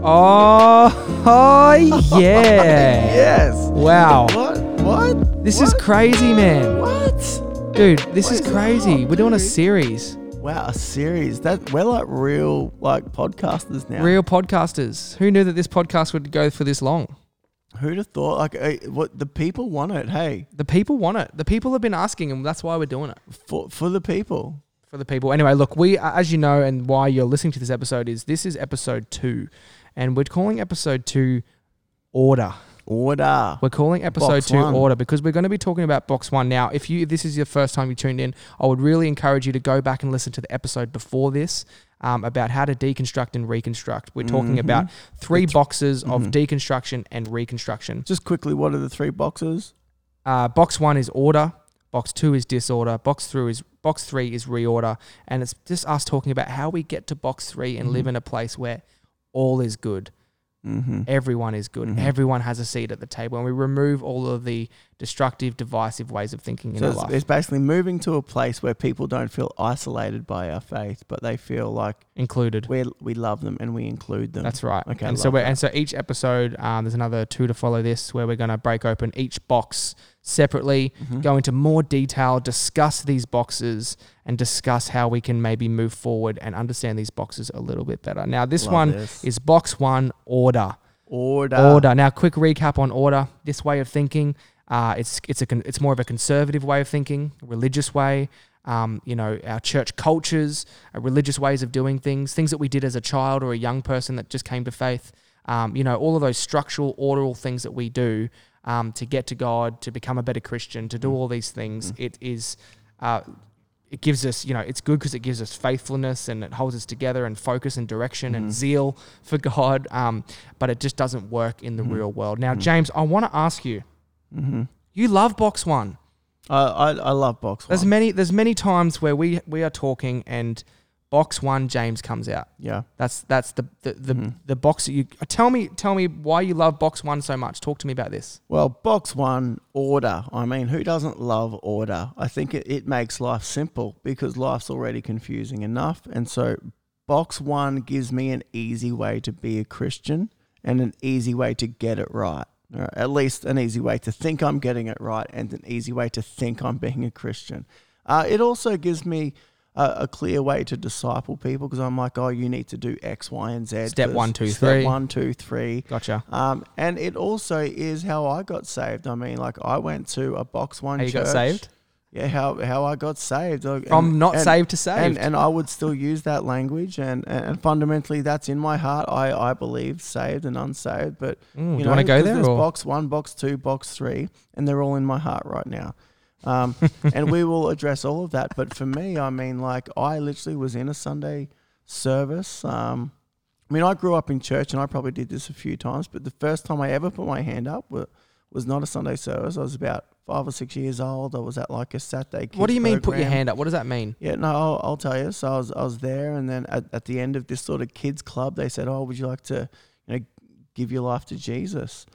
Oh, oh yeah. yes. Wow. What? What? This is is crazy, man. What? Dude, this What is is crazy. up, We're doing a dude? series. Wow, a series. That we're like real like podcasters now. Real podcasters. Who knew that this podcast would go for this long? Who'd have thought? Like, eh, what the people want it? Hey, The people want it. The people have been asking, and that's why we're doing it for for the people. for the people. Anyway, look, we, as you know, and why you're listening to this episode is this is episode two, and we're calling episode two Order. Order. We're calling episode Box two one. order because we're going to be talking about box one now. If you this is your first time you tuned in, I would really encourage you to go back and listen to the episode before this um, about how to deconstruct and reconstruct. We're talking Mm-hmm. about three boxes of deconstruction and reconstruction. Just quickly, what are the three boxes? Uh, box one is order. Box two is disorder. Box three is box three is reorder, and it's just us talking about how we get to box three and live in a place where all is good. Mm-hmm. Everyone is good. Everyone has a seat at the table, and we remove all of the destructive, divisive ways of thinking in So our it's, life. it's basically moving to a place where people don't feel isolated by our faith, but they feel like included. we we love them and we include them. That's right. Okay, and so love we're, and so each episode, um, there's another two to follow this, where we're going to break open each box separately, Mm-hmm. go into more detail, discuss these boxes, and discuss how we can maybe move forward and understand these boxes a little bit better. Now, this Love one this. is box one order. order. order. Now, quick recap on order. This way of thinking, uh, it's it's a con- it's more of a conservative way of thinking, religious way. Um, you know, our church cultures, uh, religious ways of doing things, things that we did as a child or a young person that just came to faith. Um, you know, all of those structural, orderal things that we do um, to get to God, to become a better Christian, to do all these things. It is. Uh, it gives us, you know, it's good because it gives us faithfulness and it holds us together and focus and direction and zeal for God. Um, but it just doesn't work in the real world. Now, James, I want to ask you. You love box one. Mm-hmm. I, I I love box There's one. many. There's many times where we we are talking and box one James comes out. yeah. That's that's the the the, the box that you uh, tell me tell me why you love box one so much. Talk to me about this. Well, box one, order. I mean, who doesn't love order? I think it, it makes life simple because life's already confusing enough. And so, box one gives me an easy way to be a Christian and an easy way to get it right. All right, At least an easy way to think I'm getting it right and an easy way to think I'm being a Christian. Uh, it also gives me a, a clear way to disciple people because I'm like, oh, you need to do X, Y, and Z. Step 'cause one, two, step three. one, two, three. Gotcha. Um, and it also is how I got saved. I mean, like I went to a box one. How you got church. saved? Yeah, how how I got saved. I- And, From not and- saved to saved. And, and I would still use that language, and, and, and fundamentally, that's in my heart. I, I believe saved and unsaved, but Mm, do you you know, wanna go 'cause there, There's or- box one, box two, box three, and they're all in my heart right now. Um, and we will address all of that. But for me, I mean, like I literally was in a Sunday service. Um, I mean, I grew up in church, and I probably did this a few times. But the first time I ever put my hand up was, was not a Sunday service. I was about five or six years old. I was at like a Saturday. Kids What do you mean? Put your program. hand up. What does that mean? Yeah, no, I'll, I'll tell you. So I was, I was there, and then at, at the end of this sort of kids club, they said, "Oh, would you like to, you know, give your life to Jesus?"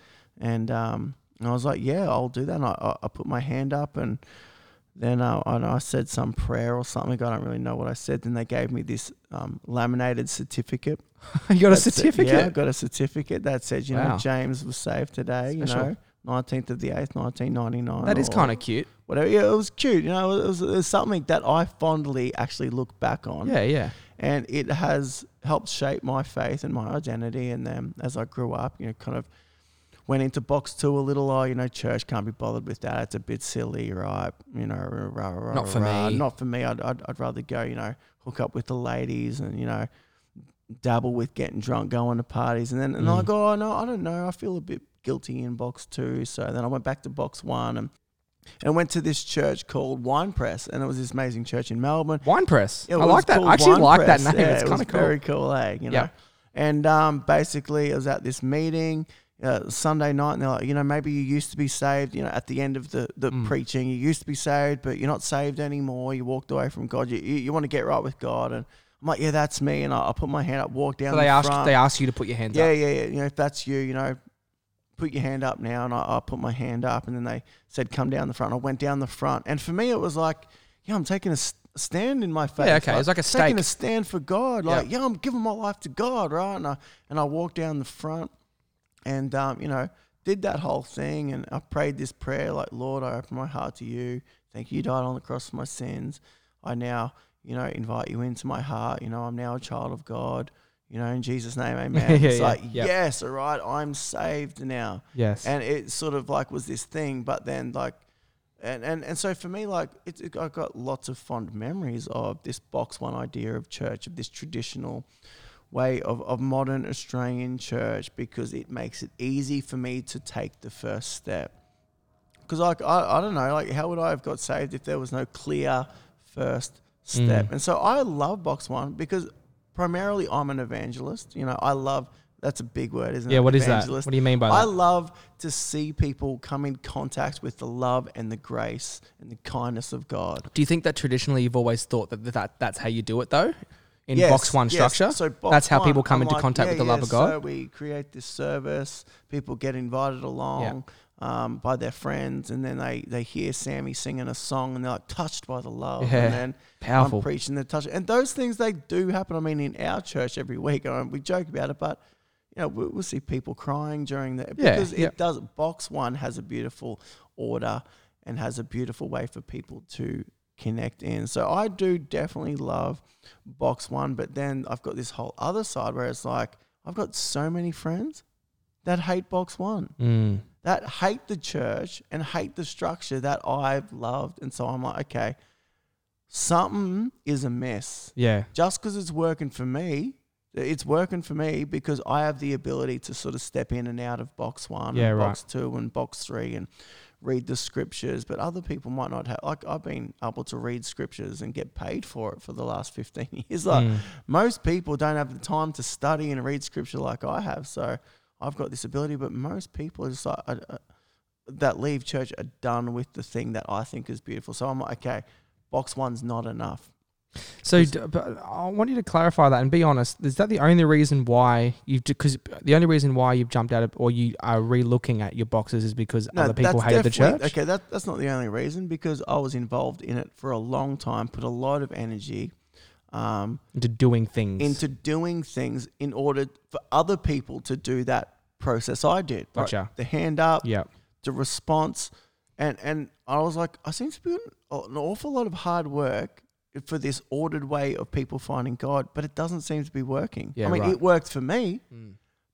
And um, and I was like, "Yeah, I'll do that." And I- I, I put my hand up, and then I, and I said some prayer or something. I don't really know what I said. Then they gave me this um, laminated certificate. you got a That's it. certificate. Yeah, I got a certificate that said, you know, Wow. James was saved today. Special. You know. 19th of the 8th, 1999. That is or- kind of cute. whatever. Yeah, it was cute. You know, it was, it was something that I fondly actually look back on. Yeah, yeah. And it has helped shape my faith and my identity. And then as I grew up, you know, kind of went into box two a little. Oh, you know, church can't be bothered with that. It's a bit silly, right? You know, rah, rah, rah, Not for rah. me. Not for me. I'd, I'd, I'd rather go, you know, hook up with the ladies and, you know, dabble with getting drunk, going to parties, and then and Mm. I go, oh no, I don't know, I feel a bit guilty in box two. So then I went back to box one and and went to this church called Wine Press, and it was this amazing church in Melbourne. Wine press. It I was like that. called I actually Wine like that Press. name. Yeah, it's it kind was of cool. very cool, eh? You know. Yep. And um, basically, I was at this meeting uh, Sunday night, and they're like, you know, maybe you used to be saved. You know, at the end of the the Mm. preaching, you used to be saved, but you're not saved anymore. You walked away from God. You you, you want to get right with God, and I'm like, yeah, that's me. And I, I put my hand up, walked down. So they the asked front. they asked you to put your hands Yeah, up. yeah, yeah. You know, if that's you, you know, put your hand up now. And I, I put my hand up, and then they said, come down the front. I went down the front. And for me, it was like, yeah, I'm taking a, s- stand in my faith. Yeah, okay, it's like a Taking stake. a stand for God. Like, yeah, I'm giving my life to God, right? And I, and I walked down the front and, um, you know, did that whole thing. And I prayed this prayer like, Lord, I open my heart to you. Thank you, you died on the cross for my sins. I now, you know, invite you into my heart. You know, I'm now a child of God. You know, in Jesus' name, amen. Yeah, it's yeah, like, yeah. yes, all right, I'm saved now Yes. and it sort of like was this thing but then like and and, and so for me like it, it, i got lots of fond memories of this box one idea of church of this traditional way of, of modern australian church because it makes it easy for me to take the first step because like I, I don't know like how would i have got saved if there was no clear first step Mm. and so i love box one because primarily i'm an evangelist you know i love that's a big word isn't yeah. it What is that? What Evangelist. do you mean by I that? love to see people come in contact with the love and the grace and the kindness of God. do you think that traditionally you've always thought that, that that's how you do it though? In Yes, box one yes. structure, So box that's how one, people come I'm into like, contact yeah, with the love yeah, of God. So we create this service. People get invited along um, by their friends, and then they they hear Sammy singing a song, and they're like touched by the love. Yeah. And then Powerful. I'm preaching the touch, and those things they do happen. I mean, in our church every week, and we joke about it, but. You know, we- we'll see people crying during the Yeah, because yeah. it does. Box one has a beautiful order and has a beautiful way for people to connect in. So I do definitely love box one, but then I've got this whole other side where it's like I've got so many friends that hate box one, Mm. that hate the church and hate the structure that I've loved, and so I'm like, okay, something is amiss. Yeah. Just because it's working for me. It's working for me because I have the ability to sort of step in and out of box one Yeah, and right. box two and box three and read the scriptures, but other people might not have. Like I've been able to read scriptures and get paid for it for the last fifteen years. Like Mm. most people don't have the time to study and read scripture like I have, so I've got this ability. But most people are just like uh, uh, that leave church are done with the thing that I think is beautiful. So I'm like, okay, box one's not enough. So, d- but uh, I want you to clarify that and be honest. Is that the only reason why you've because the only reason why you've jumped out of or you are re-looking at your boxes is because other people that's hated the definitely- church? Okay, that, that's not the only reason because I was involved in it for a long time, put a lot of energy. Um, into doing things. into doing things in order for other people to do that process I did. Like Gotcha. the hand up, yeah, the response, and and I was like, I seem to be doing an awful lot of hard work for this ordered way of people finding God, but it doesn't seem to be working. Yeah, I mean, right. Mm. it worked for me,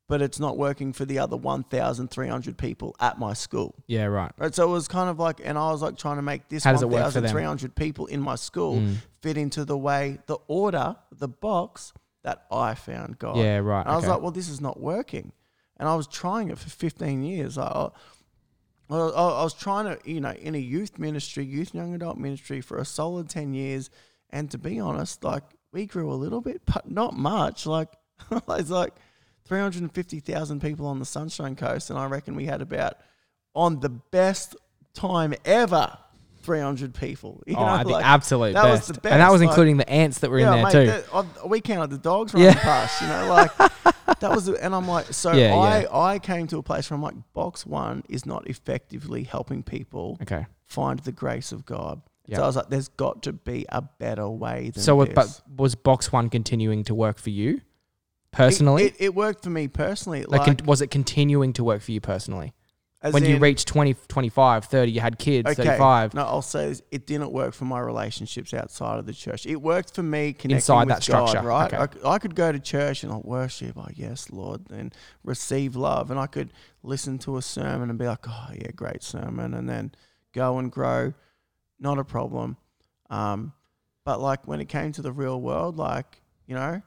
but it's not working for the other one thousand three hundred people at my school. yeah, right. Right, Uh, so it was kind of like, and I was like trying to make this How does it work for them? Hmm. 1,300 people in my school fit into the way, the order, the box that I found God. Yeah, right. And I was okay. like, well, this is not working. And I was trying it for 15 years. I, I, I I was trying to, you know, in a youth ministry, youth and young adult ministry for a solid 10 years. And to be honest, like we grew a little bit, but not much. Like, it's like 350,000 people on the Sunshine Coast. And I reckon we had about, on the best time ever, 300 people. You oh, know, at the like, absolute that was best. the and that best, was like- including the ants that were in there mate, too. that- I- we counted the dogs running Yeah. past, you know, like that was, the- and I'm like, so Yeah, I, I came to a place where I'm like, box one is not effectively helping people okay, find the grace of God. Yeah. So I was like, there's got to be a better way than so this. it, but was box one continuing to work for you personally? it, it, it worked for me personally. like, Like, con- was it continuing to work for you personally? as when you in- reached 20, 25, 30, you had kids, okay, 35, No, I'll say this: it didn't work for my relationships outside of the church. It worked for me connecting Inside with that structure, God, right? okay. I, I could go to church and I worship, oh yes, Lord, and receive love, and I could listen to a sermon and be like, oh yeah, great sermon, and then go and grow, not a problem. Um, but like when it came to the real world, like you know.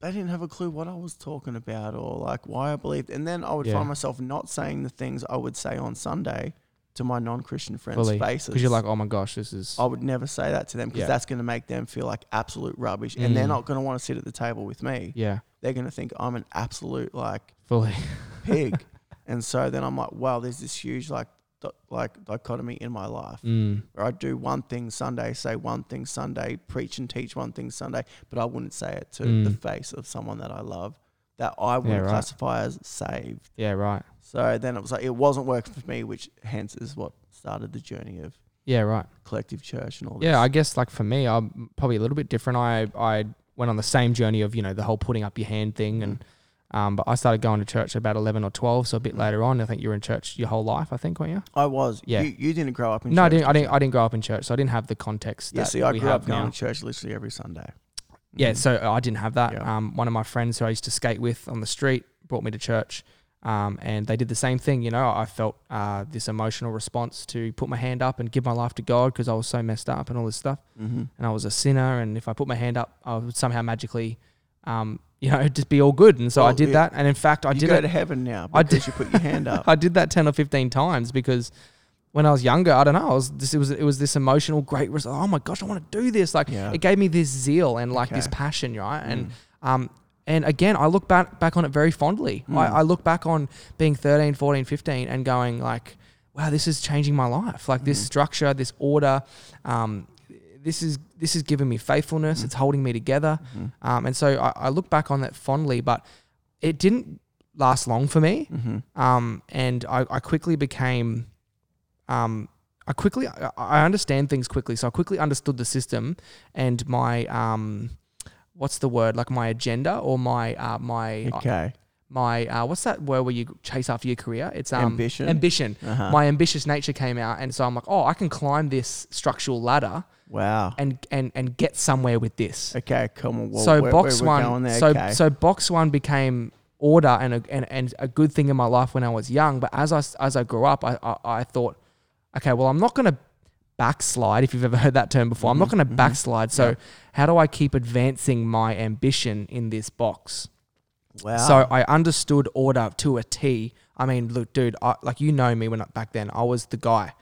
They didn't have a clue what I was talking about or like why I believed. And then I would Yeah. find myself not saying the things I would say on Sunday to my non-Christian friends' fully. faces. Because you're like, oh my gosh, this is. I would never say that to them because Yeah. that's going to make them feel like absolute rubbish, and they're Mm. not going to want to sit at the table with me. Yeah, They're going to think I'm an absolute like fully. pig, and so then I'm like, wow, there's this huge like di- like dichotomy in my life Mm. where I do one thing Sunday, say one thing Sunday, preach and teach one thing Sunday, but I wouldn't say it to the Mm. face of someone that I love that I would right. classify as saved. Yeah, right. So then it was like it wasn't working for me, which hence is what started the journey of Yeah, right. collective church and all this. Yeah, I guess like for me, I'm probably a little bit different. I I went on the same journey of you know the whole putting up your hand thing, and um, but I started going to church about eleven or twelve, so a Mm. bit later on. I think you were in church your whole life. I think weren't you? I was. Yeah. You, you didn't grow up in no, I church. didn't. I didn't. I didn't grow up in church, so I didn't have the context. Yeah, that see, I we grew have up going now. to church literally every Sunday. Yeah, Mm. so uh, I didn't have that. Yeah. Um, one of my friends who I used to skate with on the street brought me to church, um, and they did the same thing. You know, I felt uh, this emotional response to put my hand up and give my life to God because I was so messed up and all this stuff, Mhm. and I was a sinner. And if I put my hand up, I would somehow magically, um, you know, just be all good. And so I Well, did yeah. that, and in fact, I you did go it. to heaven now because I did- you put your hand up. I did that ten or fifteen times because when I was younger, I don't know, I was this, it was it was this emotional great res- Oh my gosh, I want to do this! Like Yeah. it gave me this zeal and like this Okay. passion, right? And Mm. um and again, I look back back on it very fondly. Mm. I, I look back on being 13, 14, 15 and going like, wow, this is changing my life. Like Mm. this structure, this order, um, this is this is giving me Mm. faithfulness. It's holding me together. Mhm. Um, and so I, I look back on that fondly, but it didn't last long for me Mhm. um, and I, I quickly became, um, I quickly I, I understand things quickly, so I quickly understood the system and my um, what's the word like my agenda or my uh, my Okay. my uh, what's that word where you chase after your career? It's um, Ambition? Ambition. Uh-huh. My ambitious nature came out, and so I'm like, oh, I can climb this structural ladder wow. and and and get somewhere with this Okay, come on. Well, so where- box where we're one, going there, so okay. so box one became order and a, and, and a good thing in my life when I was young. But as I s- as I grew up, I I, I thought, okay, well, I'm not going to backslide. If you've ever heard that term before, I'm not Mm-hmm, going to backslide. So how do I keep advancing my ambition in this box? wow. So I understood order to a T. I mean, look, dude, I, like you know me when I- back then I was the guy.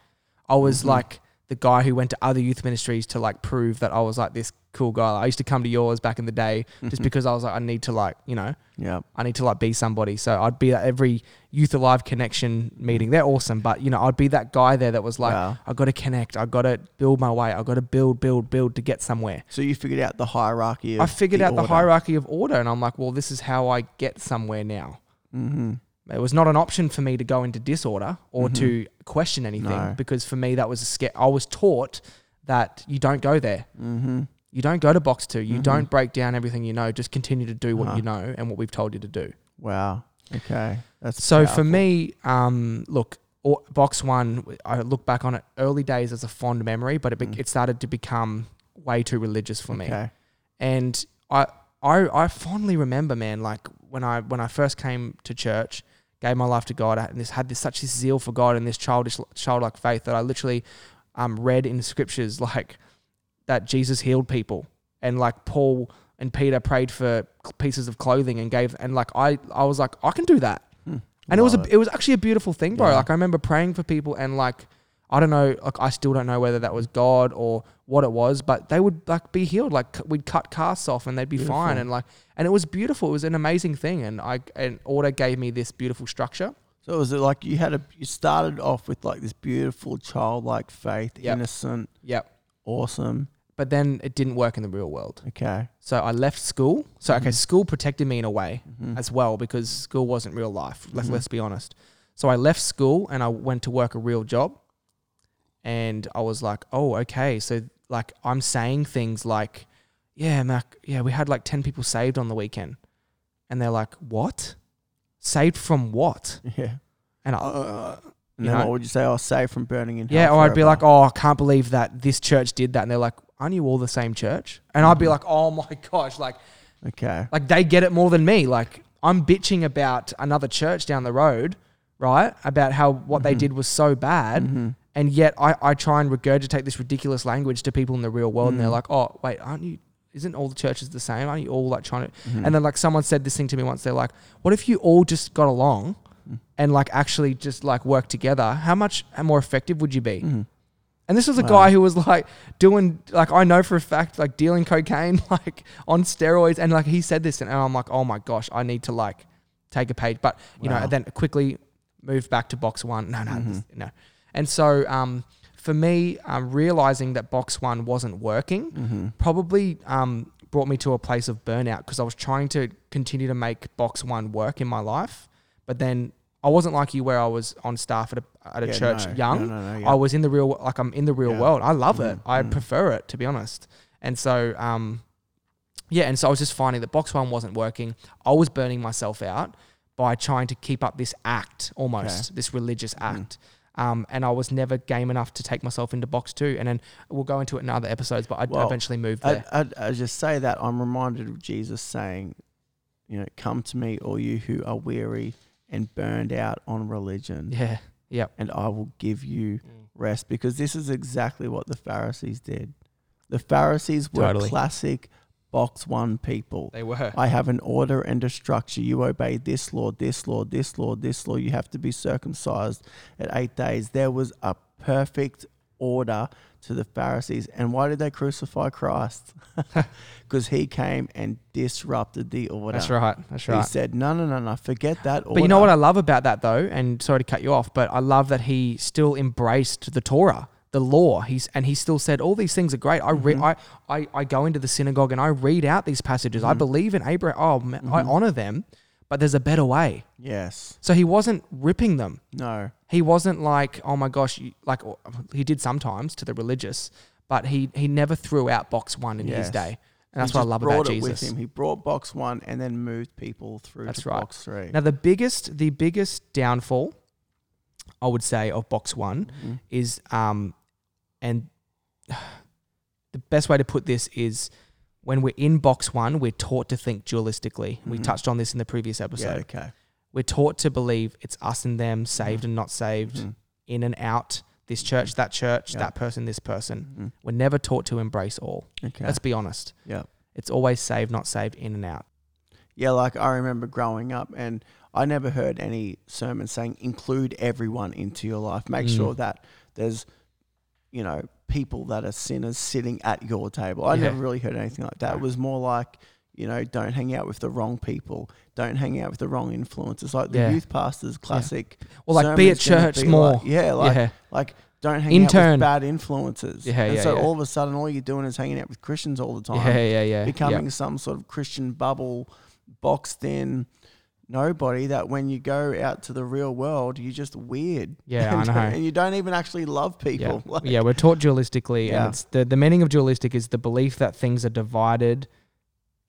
I was like the guy who went to other youth ministries to like prove that I was like this cool guy. Like, I used to come to yours back in the day just because I was like I need to like you know yeah. I need to like be somebody. So I'd be at every Youth Alive connection meeting. They're awesome, but you know I'd be that guy there that was like Wow. I got to connect. I got to build my way. I got to build, build, build to get somewhere. So you figured out the hierarchy. Of I figured out the order. hierarchy of order, and I'm like, well, this is how I get somewhere now. Mhm. It was not an option for me to go into disorder or to question anything Mm-hmm. No. because for me that was a scare. I was taught that you don't go there. Mm-hmm. You don't go to box two. You don't break down everything you know. Just continue to do Uh-huh. what you know and what we've told you to do. Wow. Okay. That's So powerful. for me, um, look, or, box one. I look back on it early days as a fond memory, but it, be- it started to become way too religious for me Mm. Okay. and I, I I fondly remember, man, like when I when I first came to church, gave my life to God, I- and this had this such this zeal for God and this childish childlike faith that I literally um, read in scriptures like that Jesus healed people, and like Paul and Peter prayed for pieces of clothing and gave, and like I I was like I can do that, and it was a, Love it was actually a beautiful thing, bro. Hmm. Yeah. Like I remember praying for people and like I don't know, like I still don't know whether that was God or what it was, but they would like be healed. Like c- we'd cut casts off and they'd be fine, Beautiful. and like and it was beautiful. It was an amazing thing, and I and order gave me this beautiful structure. So was it like you had a you started off with like this beautiful childlike faith, Yep. innocent, Yep. awesome. But then it didn't work in the real world. Okay. So I left school. So Mm-hmm. okay, school protected me in a way as well because school wasn't real life. Let, Mm-hmm. Let's be honest. So I left school and I went to work a real job, and I was like, oh, okay. So like I'm saying things like, yeah, Mac, yeah, we had like ten people saved on the weekend, and they're like, what? Saved from what? Yeah. And I, Uh, You and then know- what would you say? I'll save from burning in hell. yeah, or I'd be forever. like, oh, I can't believe that this church did that, and they're like, aren't you all the same church? And I'd Mm-hmm. be like, oh my gosh, like okay. Like they get it more than me. Like I'm bitching about another church down the road, right? About how what they did was so bad. And yet I, I try and regurgitate this ridiculous language to people in the real world and they're like, oh, wait, aren't you, isn't all the churches the same? Aren't you all like trying to? And then like someone said this thing to me once. They're like, what if you all just got along and like actually just like work together? How much more effective would you be? And this was a guy who was like doing, like, I know for a fact, like dealing cocaine, like on steroids. And like he said this, and I'm like, oh my gosh, I need to like take a page. But, you know, Wow. Mm-hmm. then quickly moved back to box one. No, no, this- no. And so um, for me, um, realizing that box one wasn't working Mm-hmm. probably um, brought me to a place of burnout because I was trying to continue to make box one work in my life. But then I wasn't like you where I was on staff at a, at a Yeah, church no, young. No, no, no, I yeah. was in the real like I'm in the real Yeah. world. I love it. Mm, I mm. prefer it to be honest. And so um yeah, and so I was just finding that box one wasn't working. I was burning myself out by trying to keep up this act almost, this religious Mm. act. Um, and I was never game enough to take myself into box two. And then we'll go into it in other episodes, but I Well, eventually moved there. I, I, I just say that I'm reminded of Jesus saying, you know, come to me, all you who are weary and burned out on religion, yeah. Yep. and I will give you rest. Because this is exactly what the Pharisees did. The Pharisees were Totally. classic box one people. They were. I have an order and a structure. You obey this law, this law, this law, this law. You have to be circumcised at eight days. There was a perfect order to the Pharisees. And why did they crucify Christ? Because he came and disrupted the order. That's right. That's He right. said, no, no, no, no, forget that order. But you know what I love about that though, and sorry to cut you off, but I love that he still embraced the Torah, the law. He's and he still said all these things are great. I Mm-hmm. re- I, I I go into the synagogue and I read out these passages. Mm-hmm. I believe in Abraham. Oh, ma- I honor them, but there's a better way. Yes. So he wasn't ripping them. No. He wasn't like, oh my gosh, you- like or- he did sometimes to the religious, but he he never threw out box one in his Yes. day, and that's He what I just love brought about it Jesus. With him. He brought box one and then moved people through That's to right. box three. Now the biggest the biggest downfall I would say of box one Mhm. is um and the best way to put this is when we're in box one, we're taught to think dualistically. We Mhm. touched on this in the previous Yeah, Mm-hmm. episode. okay. We're taught to believe it's us and them, saved and not saved, Mhm. in and out, this church, that church, Yeah. that person, this person. Mhm. We're never taught to embrace all. Okay. Let's be honest. Yeah. It's always saved, not saved, in and out. Yeah, like I remember growing up, and I never heard any sermon saying include everyone into your life. Make Mm. sure that there's, you know, people that are sinners sitting at your table. I Yeah. never really heard anything like that. It No. was more like, you know, don't hang out with the wrong people, don't hang out with the wrong influences. Like the Yeah. youth pastors, classic. Well, like be at sermon's gonna church be more. like- yeah, like yeah. like don't hang out Intern. with bad influences. Yeah, and yeah, so yeah. all of a sudden, all you're doing is hanging out with Christians all the time Yeah, yeah, yeah. becoming some sort of Christian bubble, boxed in nobody that when you go out to the real world, you're just weird. Yeah, I and, know. And you don't even actually love people. Yeah, Like, yeah we're taught dualistically, Yeah. and it's the, the meaning of dualistic is the belief that things are divided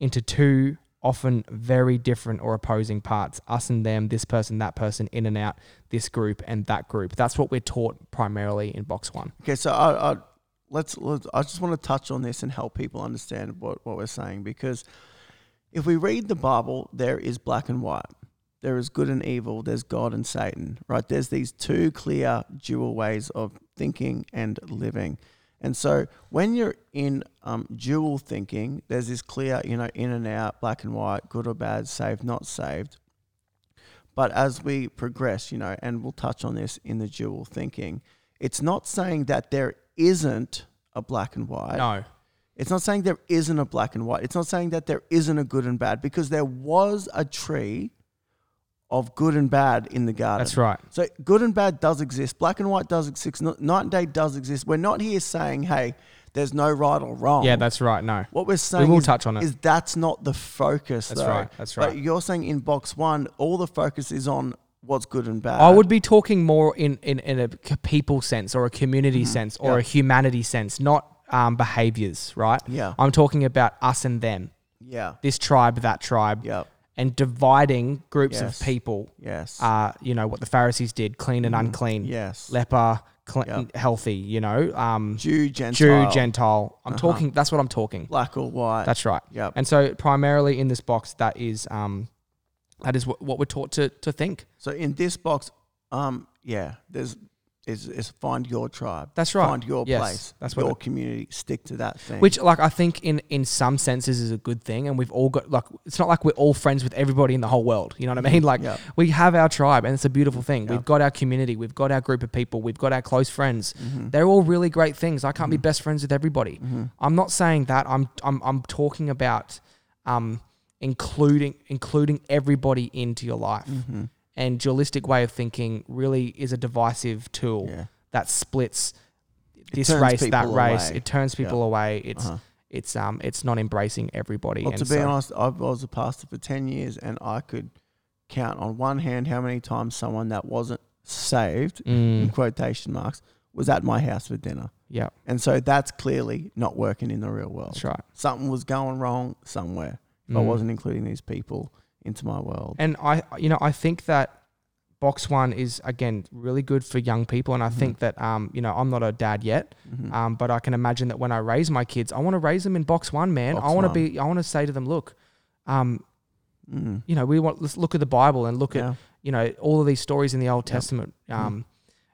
into two often very different or opposing parts us and them, this person, that person, in and out, this group, and that group. That's what we're taught primarily in box one. Okay, so I, I let's, let's. I just want to touch on this and help people understand what what we're saying because if we read the Bible, there is black and white. There is good and evil. There's God and Satan. Right? There's these two clear dual ways of thinking and living. And so when you're in um, dual thinking, there's this clear, you know, in and out, black and white, good or bad, saved, not saved. But as we progress, you know, and we'll touch on this in the dual thinking, it's not saying that there isn't a black and white. No. It's not saying there isn't a black and white. It's not saying that there isn't a good and bad because there was a tree of good and bad in the garden. That's right. So good and bad does exist. Black and white does exist. N- Night and day does exist. We're not here saying, hey, there's no right or wrong. Yeah, that's right. No. what we're saying will is, touch on it. is that's not the focus. That's though. right, that's But right. you're saying in box one, all the focus is on what's good and bad. I would be talking more in, in, in a c- people sense or a community sense or Mm-hmm. Yeah. a humanity sense, not um, behaviors, right? Yeah. I'm talking about us and them, Yeah. this tribe, that tribe, Yep. and dividing groups Yes. of people Yes. uh, you know what the Pharisees did: clean Mm-hmm. and unclean, yes. leper, cle- healthy. You know, um, Jew, Gentile. Jew, Gentile. I'm talking. That's what I'm talking. black or white. That's right. Yep. And so, primarily in this box, that is um, that is what, what we're taught to to think. So in this box, um, yeah, there's is is find your tribe. That's right. Find your Yes, place. that's what your it- community. Stick to that thing. Which, like, I think in in some senses is a good thing, and we've all got like it's not like we're all friends with everybody in the whole world. You know what I mean? Like, Mm-hmm. Yeah. we have our tribe, and it's a beautiful thing. Yeah. We've got our community, we've got our group of people, we've got our close friends. Mm-hmm. They're all really great things. I can't be best friends with everybody. I'm not saying that. I'm I'm I'm talking about um, including including everybody into your life. Mm-hmm. And dualistic way of thinking really is a divisive tool Yeah. that splits this turns race, that people race. away. It turns people away. It's Uh-huh. it's um it's not embracing everybody. Well, and to be so- honest, I was a pastor for ten years, and I could count on one hand how many times someone that wasn't saved, in Mm, quotation marks, was at my house for dinner. yeah, And so that's clearly not working in the real world. that's right. Something was going wrong somewhere. If I Mm. wasn't including these people into my world. And I, you know, I think that box one is again really good for young people, and I Mm-hmm. think that, um, you know, I'm not a dad yet, Mhm. um, but I can imagine that when I raise my kids, I want to raise them in box one, man. Box I want to one. be, I want to say to them, look, um, Mm. you know, we want let's look at the Bible and look at Yeah. you know all of these stories in the Old Yep. Mm. Testament, um,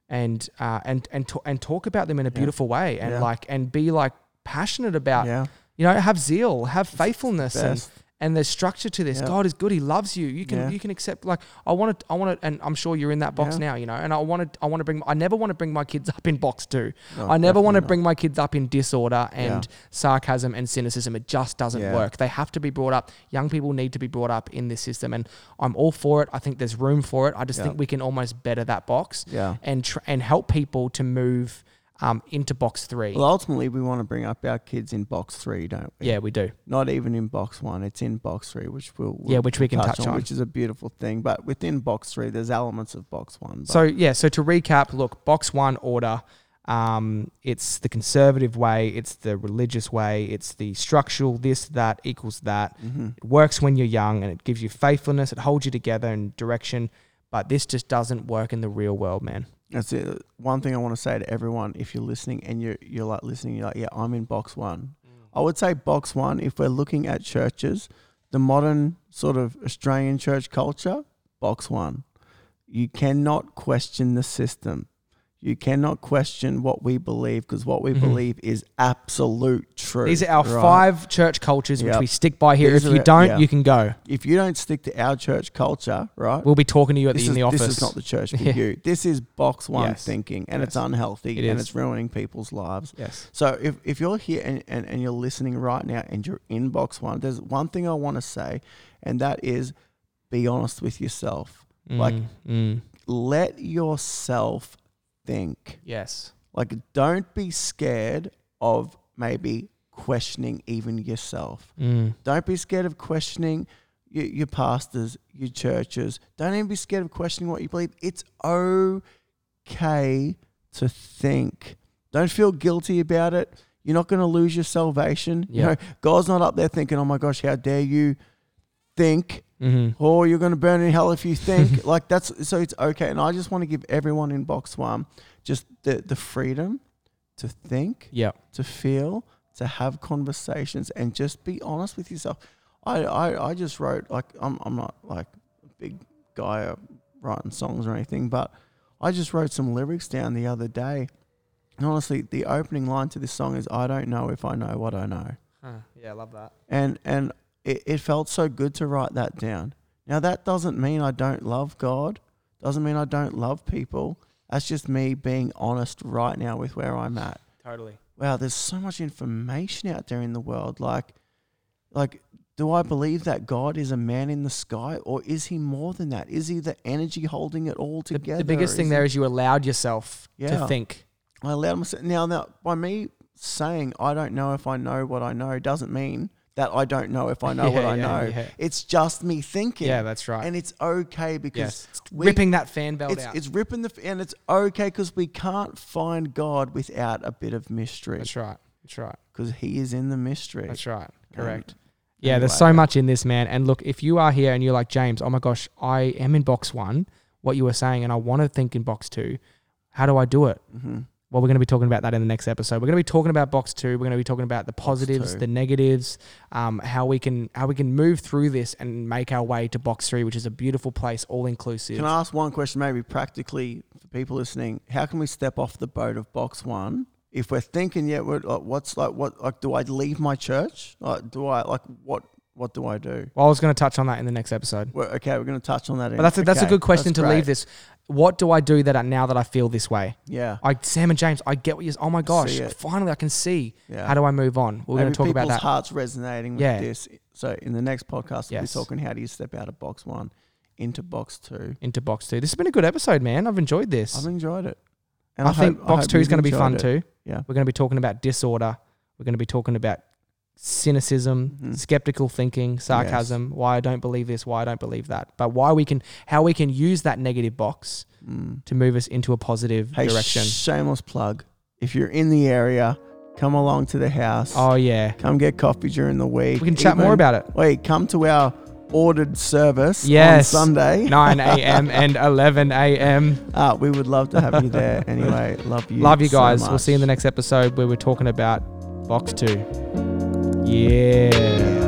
and uh, and and ta- and talk about them in a Yeah. beautiful way, and Yeah. like and be like passionate about yeah. you know have zeal, have faithfulness, and Best. and there's structure to this. Yeah. God is good; He loves you. You can Yeah. you can accept like I want to I want to, and I'm sure you're in that box Yeah. now, you know. And I want to I want to bring I never want to bring my kids up in box two. No, I never want to definitely not. bring my kids up in disorder and sarcasm and cynicism. It just doesn't Yeah. work. They have to be brought up. Young people need to be brought up in this system, and I'm all for it. I think there's room for it. I just Yeah. think we can almost better that box Yeah. and tr- and help people to move um, into box three. Well, ultimately, we want to bring up our kids in box three, don't we? yeah, we do. Not even in box one. It's in box three, which we'll, we'll Yeah, which we can touch on. which is a beautiful thing. But within box three, there's elements of box one. But So yeah, so to recap, look, box one order. Um, it's the conservative way, it's the religious way, it's the structural this that equals that. Mm-hmm. It works when you're young and it gives you faithfulness, it holds you together and direction. But this just doesn't work in the real world, man. That's it. One thing I want to say to everyone, if you're listening and you're you're like listening, you're like, yeah, I'm in box one. I would say box one. If we're looking at churches, the modern sort of Australian church culture, box one. You cannot question the system. You cannot question what we believe because what we Mhm. believe is absolute truth. These are our right? five church cultures which Yep. we stick by here. These if are you the- don't, yeah. you can go. If you don't stick to our church culture, right? We'll be talking to you at this the, in is, the office. This is not the church for Yeah. you. This is box one Yes. thinking, and it's Yes. unhealthy, It and is. it's ruining people's lives. yes. So if, if you're here and, and, and you're listening right now and you're in box one, there's one thing I want to say, and that is be honest with yourself. Like- Mm, mm. Let yourself think. yes. Like, don't be scared of maybe questioning even yourself. Mm. Don't be scared of questioning your, your pastors, your churches. Don't even be scared of questioning what you believe. It's okay to think. Don't feel guilty about it. You're not going to lose your salvation. You Yeah. know, God's not up there thinking, "Oh my gosh, how dare you think?" hmm Or you're going to burn in hell if you think like that's. So it's okay. And I just want to give everyone in box one just the the freedom to think Yeah. to feel, to have conversations, and just be honest with yourself. I, I, I just wrote like I'm I'm not like a big guy uh, writing songs or anything, but I just wrote some lyrics down the other day. And honestly, the opening line to this song is "I don't know if I know what I know," Yeah, I love that. and and it, it felt so good to write that down. Now that doesn't mean I don't love God, doesn't mean I don't love people. That's just me being honest right now with where I'm at Totally. wow, there's so much information out there in the world. Like, like, do I believe that God is a man in the sky, or is he more than that? Is he the energy holding it all The, together? the biggest thing Is there is you allowed yourself to Yeah. think. he- I allowed myself now. Now, by me saying I don't know if I know what I know doesn't mean that I don't know if I know what Yeah, I yeah, know. yeah. It's just me thinking. Yeah, that's right. and it's okay because yes. we- ripping that fan belt It's, out. it's ripping the f- and it's okay because we can't find God without a bit of mystery that's right. That's right. because He is in the mystery. That's right. Um, Correct. yeah, there's anyway, so much in this, man. And look, if you are here and you're like, James, oh my gosh, I am in box one, what you were saying, and I want to think in box two, how do I do it? Mm-hmm. Well, we're going to be talking about that in the next episode. We're going to be talking about box two. We're going to be talking about the positives, two. the negatives, um, how we can how we can move through this and make our way to box three, which is a beautiful place, all inclusive. Can I ask one question, maybe practically for people listening? How can we step off the boat of box one if we're thinking, yeah, we're, like, what's like, what, like, do I leave my church? Like, do I, like, what, what do I do? well, I was going to touch on that in the next episode. We're, okay, we're going to touch on that. But that's a, that's a good question to leave this. this. What do I do that I, now that I feel this way? Yeah, I Sam and James, I get what you're. Oh my gosh! see it. Finally, I can see. yeah. How do I move on? We're going Maybe to talk about people's that. hearts resonating with Yeah. this. So in the next podcast, we'll be Yes. talking how do you step out of box one into box two. into box two. This has been a good episode, man. I've enjoyed this. I've enjoyed it. I, think hope- I box hope two is you've going to be enjoyed fun it. too. Yeah. We're going to be talking about disorder. We're going to be talking about cynicism, Mm-hmm. skeptical thinking, sarcasm, why I don't believe this, why I don't believe that, but why we can, how we can use that negative box Mm. to move us into a positive Hey, direction. shameless plug. If you're in the area, come along to the house. oh yeah, Come get coffee during the week. we can chat more Even- about it. Wait, come to our ordered service Yes. on Sunday. 9 a.m. and 11 a.m. Uh, we would love to have you there. Anyway, love you. Love you so guys. we'll see you in the much. next episode where we're talking about box two. Yeah.